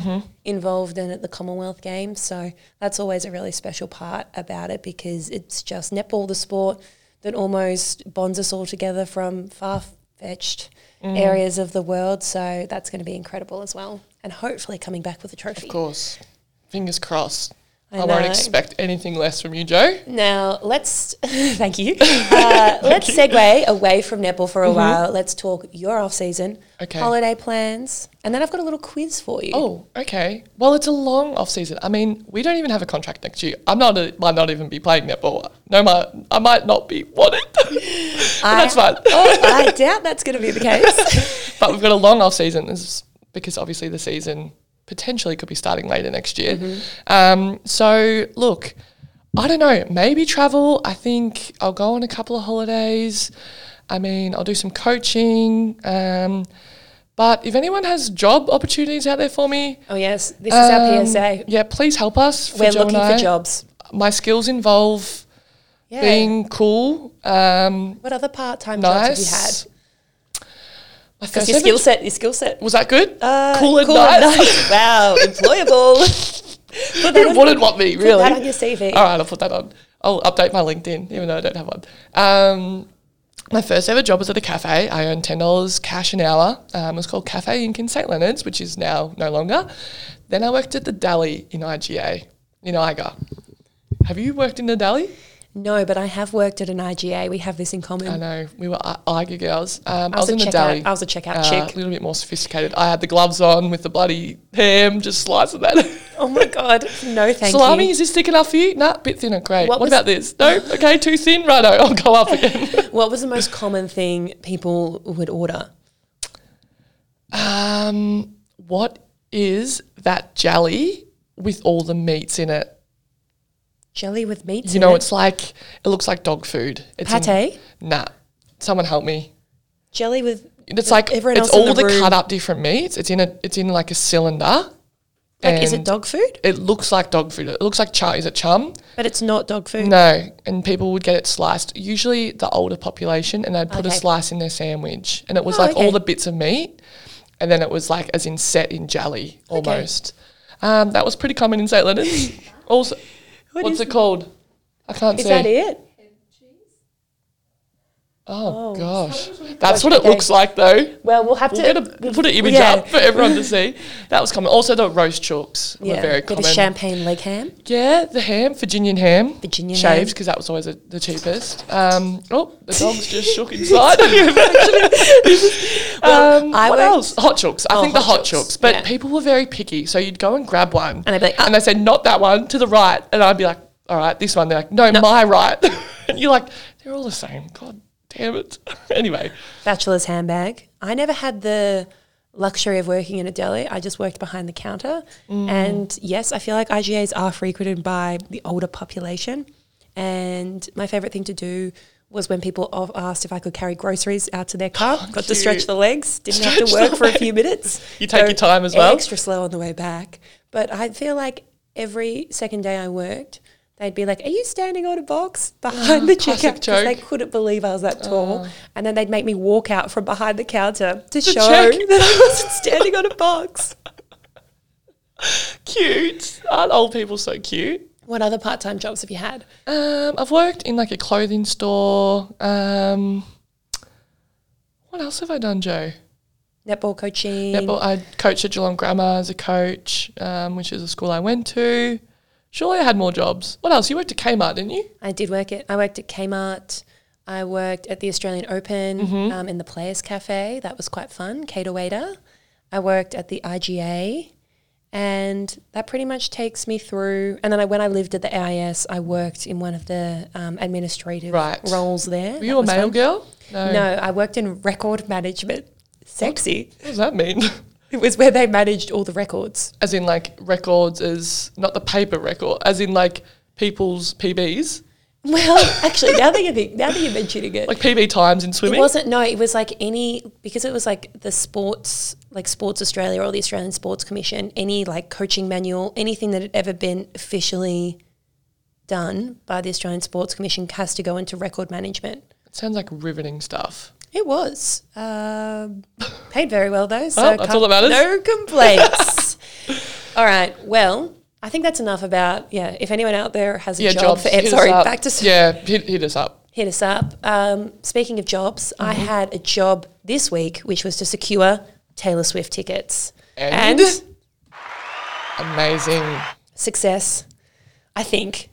S2: involved than at the Commonwealth Games, so that's always a really special part about it because it's just netball, the sport that almost bonds us all together from far fetched areas of the world. So that's going to be incredible as well, and hopefully coming back with a trophy.
S1: Of course, fingers crossed. I
S2: I
S1: won't
S2: know.
S1: expect anything less from you, Joe.
S2: Now let's thank you. Uh, let's segue away from netball for a while. Let's talk your off season,
S1: Mm-hmm. Okay.
S2: holiday plans, and then I've got a little quiz for you.
S1: Oh, okay. Well, it's a long off season. I mean, we don't even have a contract next year. I'm not. A, might not even be playing netball. No, my I might not be wanted. But
S2: I-
S1: that's fine.
S2: oh, I doubt that's going to be the case.
S1: but we've got a long off season This is because obviously the season potentially could be starting later next year. Um, so look, I don't know. Maybe travel. I think I'll go on a couple of holidays. I mean, I'll do some coaching. Um, but if anyone has job opportunities out there for me,
S2: oh yes, this is our
S1: um,
S2: PSA.
S1: Yeah, please help us. for
S2: We're
S1: Joe and
S2: looking for
S1: I.
S2: jobs.
S1: My skills involve
S2: Yeah.
S1: being cool, um,
S2: what other part time jobs have you had?
S1: nice. My
S2: Because
S1: first
S2: your
S1: ever
S2: skill set, your skill set.
S1: was that good?
S2: Uh,
S1: cool and nice.
S2: wow, employable. Put that
S1: Who
S2: on-
S1: wouldn't want me,
S2: Put
S1: really?
S2: that on your CV.
S1: All right, I'll put that on. I'll update my LinkedIn, even though I don't have one. Um, my first ever job was at a cafe. I earned ten dollars cash an hour. Um, it was called Cafe Inc in St Leonard's, which is now no longer. Then I worked at the Dally in IGA in Iga. Have you worked in the Dally?
S2: No, but I have worked at an IGA. We have this in common.
S1: I know we were I- Iga girls. Um, I
S2: I
S1: was
S2: was a
S1: in the
S2: checkout-
S1: Dally.
S2: I was a checkout
S1: Uh,
S2: chick.
S1: A little bit more sophisticated. I had the gloves on with the bloody ham, just slicing that.
S2: Oh my god, no, thank
S1: Salami,
S2: you.
S1: is this thick enough for you? Nah, bit thinner. Great.
S2: What
S1: What,
S2: was-
S1: about this? No, okay, too thin. Righto, I'll go up again.
S2: What was the most common thing people would order?
S1: um, what is that jelly with all the meats in it?
S2: Jelly with meats.
S1: You
S2: in
S1: know,
S2: it?
S1: it's like it looks like dog food. It's in-
S2: pate.
S1: nah, someone help me.
S2: Jelly with.
S1: It's like
S2: Everyone
S1: it's
S2: else in
S1: all
S2: the
S1: the,
S2: room-
S1: cut up different meats. It's in a it's in like a cylinder.
S2: Like, is it
S1: and
S2: dog food?
S1: It looks like dog food. It looks like char. Is it chum?
S2: But it's not dog food.
S1: No, and people would get it sliced. Usually the older population, and they'd put a
S2: Okay.
S1: slice in their sandwich, and it was
S2: Oh,
S1: like
S2: okay.
S1: all the bits of meat, and then it was like as in set in jelly almost. Um, that was pretty common in St Leonard's. also,
S2: What
S1: what's
S2: is-
S1: it called? I can't
S2: Is
S1: see.
S2: that it?
S1: Oh,
S2: Oh.
S1: gosh. That's what it
S2: Okay.
S1: looks like though.
S2: Well, we'll have
S1: We'll,
S2: to
S1: get a, we'll put an image
S2: yeah.
S1: up for everyone to see. That was common. Also, the roast chooks were very
S2: bit
S1: common.
S2: of champagne leg ham.
S1: Yeah, the ham, Virginian ham.
S2: Virginian
S1: Shaved,
S2: ham.
S1: because that was always a, the cheapest. Um, oh, the dog's just shook inside. um,
S2: I
S1: what
S2: worked-
S1: else? Hot chooks. I
S2: Oh,
S1: think the
S2: hot
S1: hot
S2: chooks,
S1: chooks. But
S2: yeah.
S1: people were very picky. So you'd go and grab one.
S2: And I'd be like,
S1: and they said, not that one, to the right. And I'd be like, all right, this one. They're like, no, my right. and you're like, they're all the same. God damn it. anyway,
S2: bachelor's handbag. I never had the luxury of working in a deli. I just worked behind the counter.
S1: Mm.
S2: And yes, I feel like IGAs are frequented by the older population. And my favorite thing to do was when people of- asked if I could carry groceries out to their car. Got to stretch
S1: Oh, cute.
S2: the legs. Didn't have
S1: Stretch
S2: to
S1: the
S2: work for a few minutes.
S1: You take
S2: Go
S1: your time as well.
S2: Extra slow on the way back. But I feel like every second day I worked, they'd be like, "Are you standing on a box behind the
S1: Ah, classic
S2: checkout?" 'Cause They
S1: joke.
S2: couldn't believe I was that tall. And then they'd make me walk out from behind the counter Oh. to, show
S1: check.
S2: that I wasn't standing on a box.
S1: cute. Aren't old people so cute?
S2: What other part time jobs have you had?
S1: Um, I've worked in like a clothing store. Um, what else have I done, Joe?
S2: Netball coaching.
S1: Yeah, but I coached at Geelong Grammar as a coach, um, which is a school I went to. Surely I had more jobs. What else? You worked at Kmart, didn't you?
S2: I did work at, I worked at Kmart. I worked at the Australian Open um, in the Players Cafe. That was quite fun. Cater waiter. I worked at the IGA. And that pretty much takes me through. And then I, when I lived at the AIS, I worked in one of the um, administrative
S1: Right.
S2: roles there.
S1: Were you a male girl? No.
S2: No, I worked in record management. Sexy.
S1: What does that mean?
S2: It was where they managed all the records.
S1: as in like records is not the paper record, as in like people's PBs,
S2: Well, actually, now that you think, now that you're mentioning it,
S1: like PB times in
S2: it
S1: swimming.
S2: wasn't. No, it was like any because it was like the sports, like Sports Australia or the Australian Sports Commission. Any like coaching manual, anything that had ever been officially done by the Australian Sports Commission has to go into record management.
S1: It sounds like riveting stuff.
S2: It was um, paid very well though. So
S1: Well, Oh, that's all that matters.
S2: No complaints. all right. Well, I think that's enough about yeah. If anyone out there has a
S1: Yeah,
S2: job
S1: jobs.
S2: for
S1: hit us
S2: sorry,
S1: up.
S2: back to
S1: yeah, hit, hit us up.
S2: hit us up. Um, speaking of jobs, I
S1: Mm-hmm.
S2: had a job this week, which was to secure Taylor Swift tickets
S1: And? Amazing.
S2: success. I think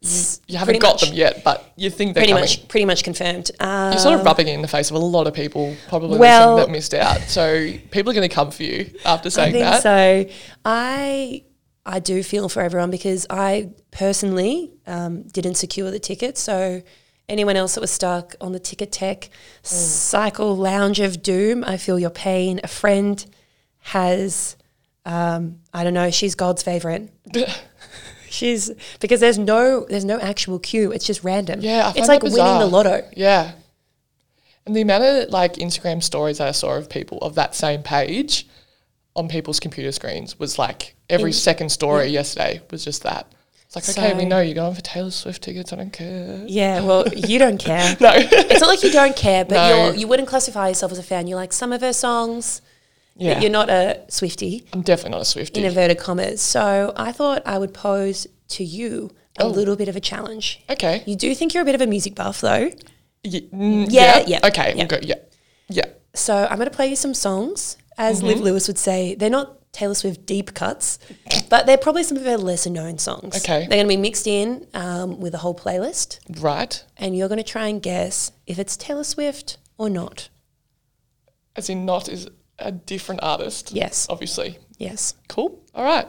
S1: You haven't
S2: Pretty
S1: got
S2: much.
S1: them yet, but you think they're
S2: pretty
S1: coming.
S2: much pretty much confirmed. Um,
S1: You're sort of rubbing it in the face of a lot of people probably
S2: Well-
S1: listening that missed out. So people are going to come for you after saying
S2: I think
S1: that.
S2: so. I I do feel for everyone because I personally um, didn't secure the ticket. So anyone else that was stuck on the ticket tech
S1: Mm.
S2: cycle lounge of doom, I feel your pain. A friend has, um, I don't know, she's God's favorite. She's because there's no there's no actual cue. It's just random.
S1: Yeah, I
S2: it's
S1: find
S2: like
S1: that
S2: winning the
S1: bizarre.
S2: lotto.
S1: Yeah. And the amount of like Instagram stories that I saw of people of that same page on people's computer screens was like every second story yesterday was just that. It's like, okay, we
S2: So-
S1: know you're going for Taylor Swift tickets. I don't care.
S2: Yeah, well, you don't care.
S1: No.
S2: It's not like you don't care, but
S1: No.
S2: you're, you wouldn't classify yourself as a fan. You like some of her songs,
S1: Yeah.
S2: but you're not a Swifty,
S1: I'm definitely not a Swiftie.
S2: in inverted commas. So I thought I would pose to you
S1: Oh.
S2: a little bit of a challenge.
S1: okay.
S2: You do think you're a bit of a music buff, though.
S1: Ye- mm,
S2: Yeah,
S1: yeah.
S2: yeah,
S1: Okay,
S2: yeah.
S1: we'll go. Yeah. Yeah.
S2: So I'm going to play you some songs. As Liv
S1: Mm-hmm.
S2: Lewis would say, they're not Taylor Swift deep cuts, but they're probably some of her lesser known songs.
S1: Okay.
S2: They're going to be mixed in um, with a whole playlist,
S1: Right.
S2: and you're going to try and guess if it's Taylor Swift or not.
S1: As in, not is a different artist.
S2: Yes.
S1: Obviously.
S2: Yes.
S1: Cool. All right.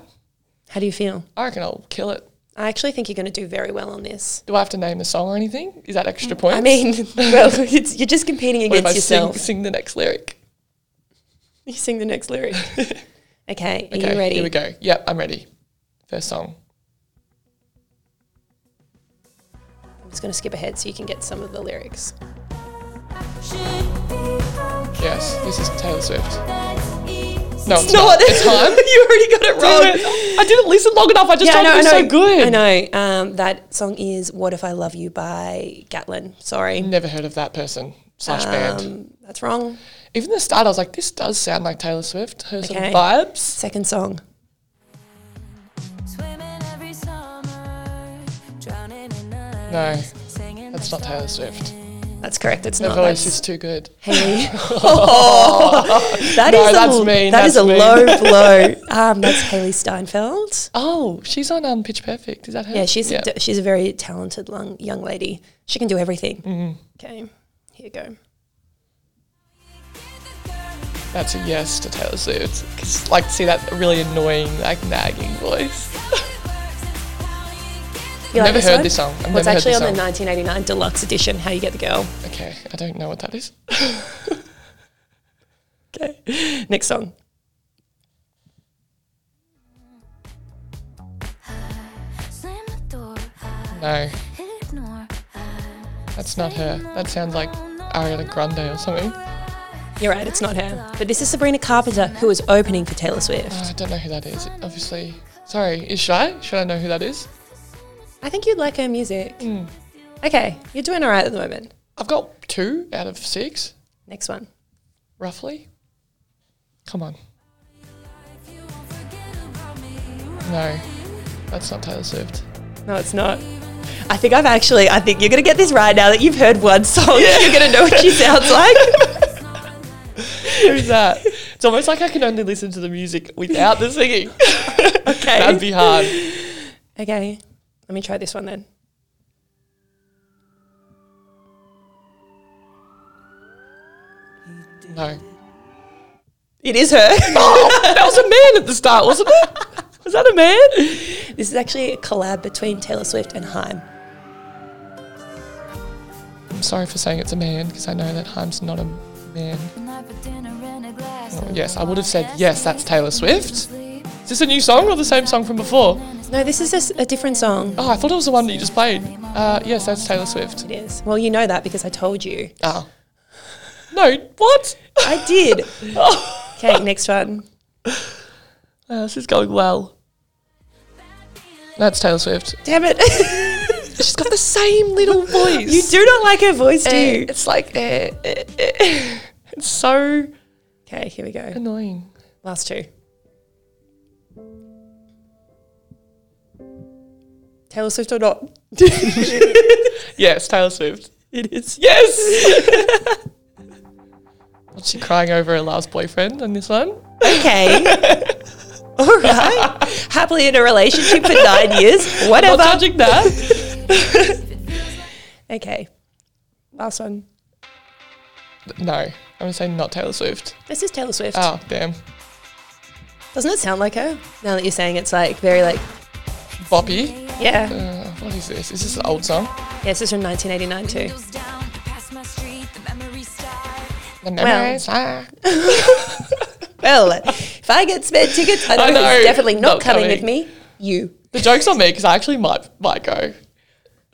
S2: How do you feel?
S1: I reckon I'll kill it.
S2: I actually think you're going to do very well on this.
S1: Do I have to name the song or anything? Is that extra points?
S2: Mm, I mean, well, it's, you're just competing
S1: what if I
S2: against
S1: sing,
S2: yourself.
S1: sing the next lyric?
S2: You sing the next lyric. okay, are
S1: Okay,
S2: you ready?
S1: Here we go. Yep, I'm ready. First song.
S2: I'm just going to skip ahead so you can get some of the lyrics.
S1: Yes, this is Taylor Swift. No,
S3: No.
S1: it's, not. It's time.
S2: you already got it
S1: Damn
S2: wrong.
S1: it. I didn't listen long enough. I just
S2: Yeah,
S1: thought
S2: I know,
S1: it
S2: I
S1: was
S2: know.
S1: so good.
S2: I know. Um, that song is "What If I Love You" by Gatlin. Sorry,
S1: Never heard of that person slash band.
S2: um, that's wrong.
S1: Even the start, I was like, this does sound like Taylor Swift. Her sort of
S2: Okay.
S1: vibes.
S2: Second song.
S1: No, that's not Taylor Swift.
S2: That's correct. It's
S1: The
S2: not.
S1: voice
S2: That's
S1: is too good.
S2: Haley. That is
S1: No,
S2: a,
S1: that's mean,
S2: that
S1: that's
S2: is a
S1: mean.
S2: low blow. Um, that's Haley Steinfeld.
S1: Oh, she's on um, Pitch Perfect. Is that her?
S2: Yeah, she's A, d- she's a very talented lung, young lady. She can do everything. Okay, here you go.
S1: That's a yes to Taylor Swift. 'Cause, like to see that really annoying, like nagging voice.
S2: You
S1: Never heard
S2: one?
S1: this song. I've
S2: Well, it's
S1: never heard
S2: actually
S1: this
S2: on the
S1: song.
S2: 1989 deluxe edition. How you get the girl?
S1: Okay, I don't know what that is.
S2: Okay, next song.
S3: Slam the door.
S1: No,
S3: Ignore.
S1: that's not her. That sounds like Ariana Grande or something.
S2: You're right, it's not her. But this is Sabrina Carpenter, who is opening for Taylor Swift.
S1: Oh, I don't know who that is. Obviously, sorry. Is shy? Should I know who that is?
S2: I think you'd like her music.
S1: Hmm.
S2: Okay, you're doing all right at the moment.
S1: I've got two out of six,
S2: Next one.
S1: roughly. Come on. No, that's not Taylor Swift.
S2: No, it's not. I think I've actually. I think you're gonna get this right now that you've heard one song. You're gonna know what she sounds like.
S1: Who's that? It's almost like I can only listen to the music without the singing.
S2: Okay.
S1: That'd be hard.
S2: okay. Let me try this one then.
S1: No.
S2: It is her.
S1: That was a man at the start, wasn't it?
S2: Was that a man? This is actually a collab between Taylor Swift and Haim.
S1: I'm sorry for saying it's a man because I know that Haim's not a man.
S3: Oh,
S1: Oh, yes, I would have said yes, that's Taylor Swift. Is this a new song or the same song from before?
S2: No, this is just a different song.
S1: Oh, I thought it was the one that you just played. Uh, yes, that's Taylor Swift.
S2: It is. Well, you know that because I told you.
S1: Oh. No, what?
S2: I did. okay, next one.
S1: Uh, this is going well. That's Taylor Swift.
S2: Damn it.
S1: She's got the same little voice.
S2: you do not like her voice, do
S1: Eh,
S2: you?
S1: It's like, eh, eh, eh. it's so
S2: Okay, here we go.
S1: annoying.
S2: Last two. Taylor Swift or not?
S1: Yes, Taylor Swift.
S2: It is.
S1: Yes. What's she crying over her last boyfriend on this one?
S2: Okay. All right. Happily in a relationship for nine years.
S1: Not
S2: Whatever.
S1: judging that.
S2: Okay. Last one.
S1: No, I'm gonna say not Taylor Swift.
S2: This is Taylor Swift.
S1: Oh damn,
S2: Doesn't it sound like her? Now that you're saying it's like very like
S1: Boppy.
S2: yeah.
S1: Uh, what is this? Is this an old song?
S2: Yeah, this is from 1989 too.
S1: The memories. ah.
S2: Well, if I get spare tickets, I know,
S1: I know.
S2: it's definitely not,
S1: Not
S2: coming, with
S1: coming.
S2: me. You.
S1: The joke's on me because I actually might might go.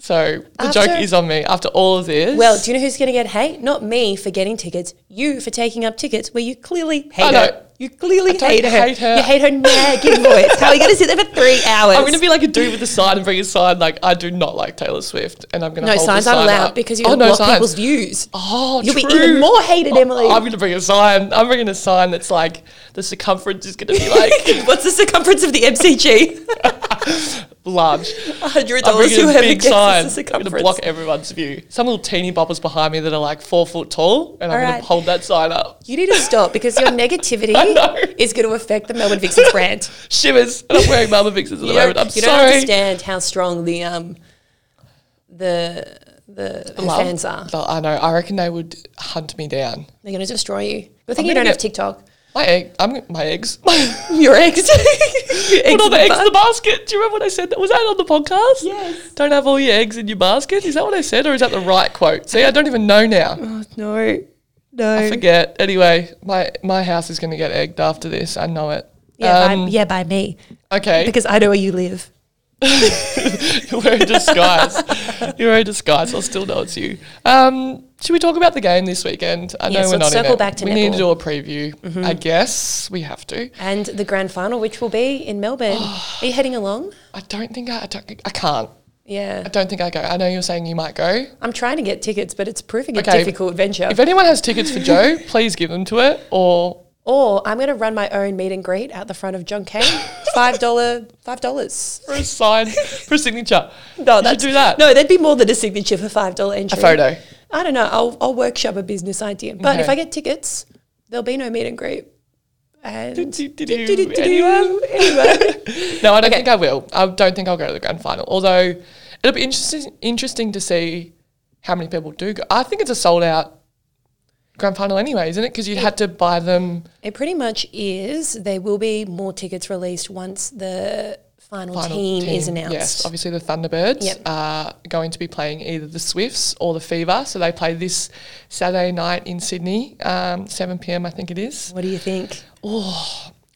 S1: So the
S2: After-
S1: joke is on me after all of this.
S2: Well, do you know who's going to get hate? Not me for getting tickets. You for taking up tickets where you clearly hate
S1: I know.
S2: her. You clearly
S1: I don't
S2: hate her.
S1: hate her.
S2: You hate her nagging voice. How are you going to sit there for three hours?
S1: I'm gonna be like a dude with a sign and bring a sign like I do not like Taylor Swift, and I'm gonna
S2: no
S1: hold the
S2: signs
S1: sign
S2: aren't allowed
S1: up.
S2: because you
S1: Oh,
S2: will
S1: no
S2: block
S1: signs.
S2: people's views.
S1: Oh,
S2: You'll be
S1: true.
S2: even more hated, Emily.
S1: I'm going to bring a sign. I'm bringing a sign that's like the circumference is going to be like
S2: What's the circumference of the MCG?
S1: large.
S2: hundred
S1: I'm
S2: dollars.
S1: bringing a
S2: Whoever
S1: big
S2: gets
S1: sign.
S2: the
S1: I'm going to
S2: circumference.
S1: block everyone's view. Some little teeny boppers behind me that are like four foot tall, and I'm going
S2: Alright.
S1: to hold that sign up.
S2: You need to stop because your
S1: I know.
S2: negativity is going to affect the Melbourne Vixens brand.
S1: Shivers, and I'm wearing Mama Vixens at the
S2: You don't,
S1: moment. I'm
S2: you don't
S1: sorry.
S2: understand how strong the um the the
S1: Love.
S2: fans are.
S1: Well, I know. I reckon they would hunt me down.
S2: They're going to destroy you. Good thing you
S1: gonna
S2: don't have
S1: get-
S2: TikTok.
S1: My egg. I'm my eggs. Put
S2: Your ex. Your ex
S1: all
S2: in
S1: the
S2: the
S1: eggs in the
S2: bun.
S1: basket. Do you remember what I said? That was that on the podcast?
S2: Yes.
S1: Don't have all your eggs in your basket. Is that what I said, or is that the right quote? See, I don't even know now.
S2: Oh, no, no.
S1: I forget. Anyway, my my house is going to get egged after this. I know it.
S2: Yeah,
S1: Um,
S2: by, yeah, by me
S1: Okay.
S2: because I know where you live.
S1: You're wearing disguise. You're wearing disguise. I'll still know it's you. Um, should we talk about the game this weekend? I know
S2: Yes,
S1: we're
S2: let's
S1: not in
S2: circle
S1: it.
S2: back to
S1: we need to do
S2: netball. Mm-hmm.
S1: a preview. I guess we have to.
S2: And the grand final, which will be in Melbourne. Are you heading along?
S1: I don't think I. I, don't, I can't.
S2: Yeah,
S1: I don't think I go. I know you're saying you might go.
S2: I'm trying to get tickets, but it's proving a
S1: Okay.
S2: difficult venture.
S1: If anyone has tickets for Joe, please give them to it. Or
S2: Or I'm going to run my own meet and greet out the front of John Kane. Five dollar, five dollars.
S1: for a sign, for a signature.
S2: No,
S1: you should do that.
S2: No, that'd be more than a signature for five dollar entry.
S1: a photo.
S2: I don't know. I'll, I'll workshop a business idea. But if
S1: Okay.
S2: I get tickets, there'll be no meet and greet. And
S1: Do-do-do-do.
S2: Do-do-do-do.
S1: Anyone?
S2: Anyway.
S1: No, I don't think I will. I don't think I'll go to the grand final. Although it'll be interesting interesting to see how many people do go. I think it's a sold out grand final anyway, isn't it? Because you had to buy them.
S2: It pretty much is. There will be more tickets released once the final,
S1: Final
S2: team, is
S1: team.
S2: announced.
S1: Yes, obviously the Thunderbirds
S2: Yep.
S1: are going to be playing either the Swifts or the Fever. So they play this Saturday night in Sydney, um, seven pm, I think it is.
S2: What do you think?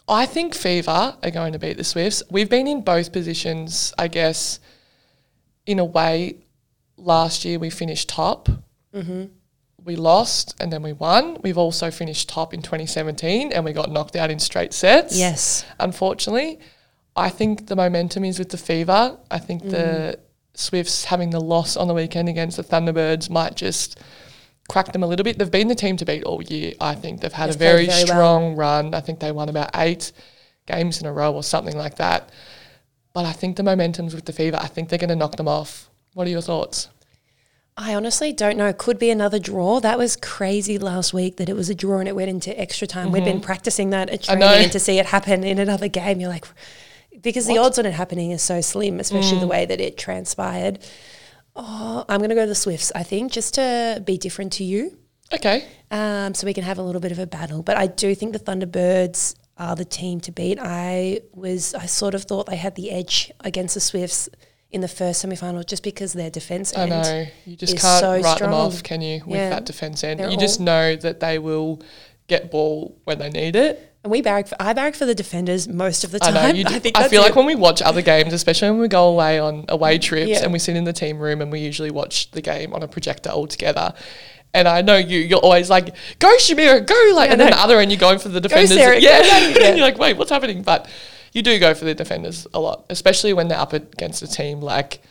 S1: I think Fever are going to beat the Swifts. We've been in both positions, I guess, in a way. Last year we finished top. Mm-hmm. We lost and then we won. We've also finished top in 2017 and we got knocked out in straight sets.
S2: Yes.
S1: Unfortunately, I think the momentum is with the Fever. I think the Swifts having the loss on the weekend against the Thunderbirds might just crack them a little bit. They've been the team to beat all year. I think they've had
S2: They've
S1: a
S2: played
S1: very,
S2: very well.
S1: strong run. I think they won about eight games in a row or something like that. But I think the momentum's with the Fever. I think they're going to knock them off. What are your thoughts?
S2: I honestly don't know. Could be another draw. That was crazy last week that it was a draw and it went into extra time. We've been practicing that at
S1: Mm-hmm. I
S2: training
S1: know.
S2: and to see it happen in another game, you're like, because the odds on it happening is so slim, especially
S1: Mm.
S2: the way that it transpired. Oh, I'm going to go to the Swifts, I think, just to be different to you.
S1: Okay.
S2: um, so we can have a little bit of a battle. But I do think the Thunderbirds are the team to beat. I was I sort of thought they had the edge against the Swifts in the first semi final just because their defense
S1: I
S2: end.
S1: know. You just
S2: is
S1: can't
S2: so
S1: write them
S2: strong.
S1: off, can you, with
S2: Yeah.
S1: that defence end?
S2: They're
S1: You just
S2: all-
S1: know that they will get ball when they need it.
S2: And we barrack for I barrack for the defenders most of the
S1: I
S2: time.
S1: know. You do. I,
S2: think that's
S1: feel
S2: it. Mm,
S1: like when we watch other games, especially when we go away on away trips
S2: Yeah.
S1: and we sit in the team room and we usually watch the game on a projector all together. And I know you, you're always like, go Shamira, go. Like, and
S2: Yeah, I
S1: then the
S2: know.
S1: other end, you're going for the defenders.
S2: Sarah, go
S1: yeah.
S2: Maddie. Yeah.
S1: and you're like, wait, what's happening? But you do go for the defenders a lot, especially when they're up against a team like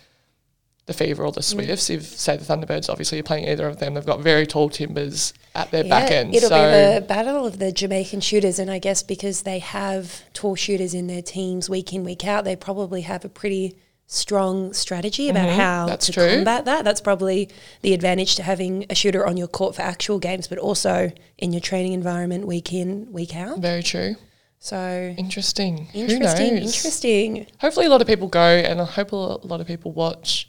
S1: the Fever
S2: Mm.
S1: or the Swifts. If, say, the Thunderbirds, obviously, you're playing either of them, they've got very tall timbers at their back end.
S2: It'll
S1: so
S2: be the battle of the Jamaican shooters, and I guess because they have tall shooters in their teams week in week out, they probably have a pretty strong strategy about how
S1: Mm-hmm. that's
S2: to
S1: true.
S2: combat that. That's probably the advantage to having a shooter on your court for actual games, but also in your training environment week in week out.
S1: very true.
S2: So
S1: Interesting. Who
S2: interesting,
S1: knows?
S2: interesting.
S1: hopefully a lot of people go and I hope a lo- a lot of people watch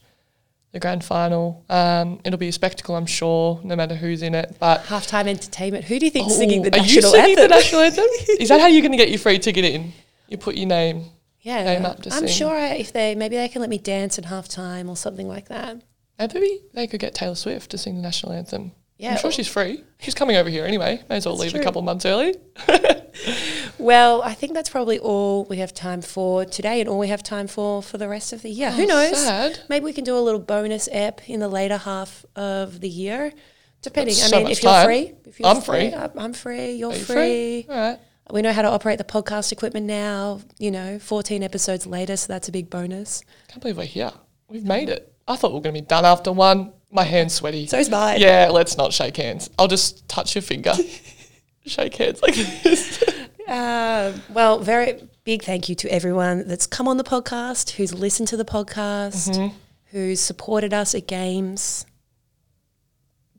S1: the grand final. Um, it'll be a spectacle, I'm sure, no matter who's in it. But
S2: Halftime entertainment. Who do you think
S1: Oh,
S2: singing the
S1: are you
S2: national
S1: singing
S2: anthem?
S1: the national anthem? Is that how you're going to get your free ticket in? You put your name. Came
S2: yeah,
S1: up to
S2: I'm
S1: sing.
S2: sure I, if they maybe they can let me dance at halftime or something like that.
S1: Maybe they could get Taylor Swift to sing the national anthem.
S2: Yeah.
S1: I'm sure she's free. She's coming over here anyway. May as well
S2: That's
S1: leave
S2: true.
S1: a couple of months early.
S2: Well, I think that's probably all we have time for today and all we have time for for the rest of the year. Who knows?
S1: Oh, sad.
S2: Maybe we can do a little bonus app in the later half of the year, depending.
S1: That's
S2: I
S1: so
S2: mean,
S1: much
S2: if you're
S1: time.
S2: free, if you're
S1: I'm free.
S2: I'm I'm free. You're
S1: Are you
S2: free.
S1: All right.
S2: We know how to operate the podcast equipment now. You know, 14 episodes later, so that's a big bonus.
S1: Can't believe we're here. We've made it. I thought we were going to be done after one. My hand's sweaty.
S2: So is mine.
S1: Yeah, let's not shake hands. I'll just touch your finger. shake hands like this.
S2: Um, well, very big thank you to everyone that's come on the podcast, who's listened to the podcast,
S1: Mm-hmm.
S2: who's supported us at games.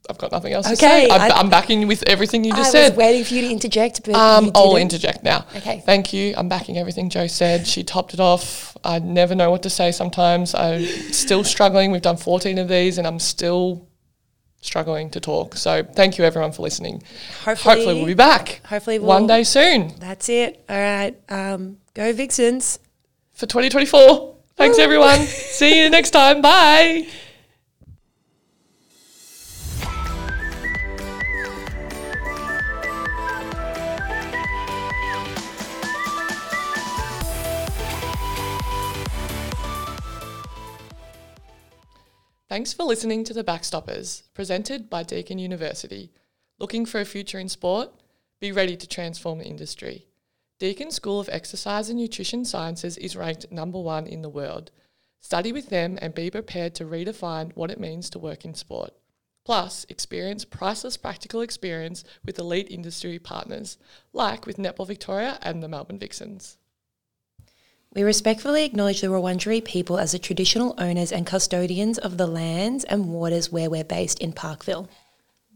S1: I've got nothing else to say.
S2: Okay,
S1: I'm,
S2: I-
S1: I'm backing with everything you
S2: I
S1: just said.
S2: was waiting for you to interject, but
S1: Um,
S2: you
S1: I'll
S2: didn't.
S1: interject now.
S2: Okay.
S1: Thank you. I'm backing everything Joe said. She topped it off. I never know what to say sometimes. I'm still struggling. We've done 14 of these and I'm still struggling to talk. So thank you everyone for listening.
S2: Hopefully-
S1: hopefully we'll be back.
S2: hopefully
S1: one
S2: we'll-
S1: day soon
S2: That's it. All right. Um, go Vixens.
S1: for 2024. Thanks everyone. See you next time. Bye. Thanks for listening to The Backstoppers, presented by Deakin University. Looking for a future in sport? Be ready to transform the industry. Deakin School of Exercise and Nutrition Sciences is ranked number one in the world. Study with them and be prepared to redefine what it means to work in sport. Plus, experience priceless practical experience with elite industry partners, like with Netball Victoria and the Melbourne Vixens.
S2: We respectfully acknowledge the Wurundjeri people as the traditional owners and custodians of the lands and waters where we're based in Parkville.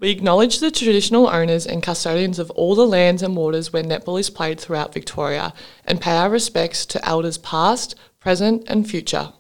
S1: We acknowledge the traditional owners and custodians of all the lands and waters where netball is played throughout Victoria and pay our respects to elders past, present, and future.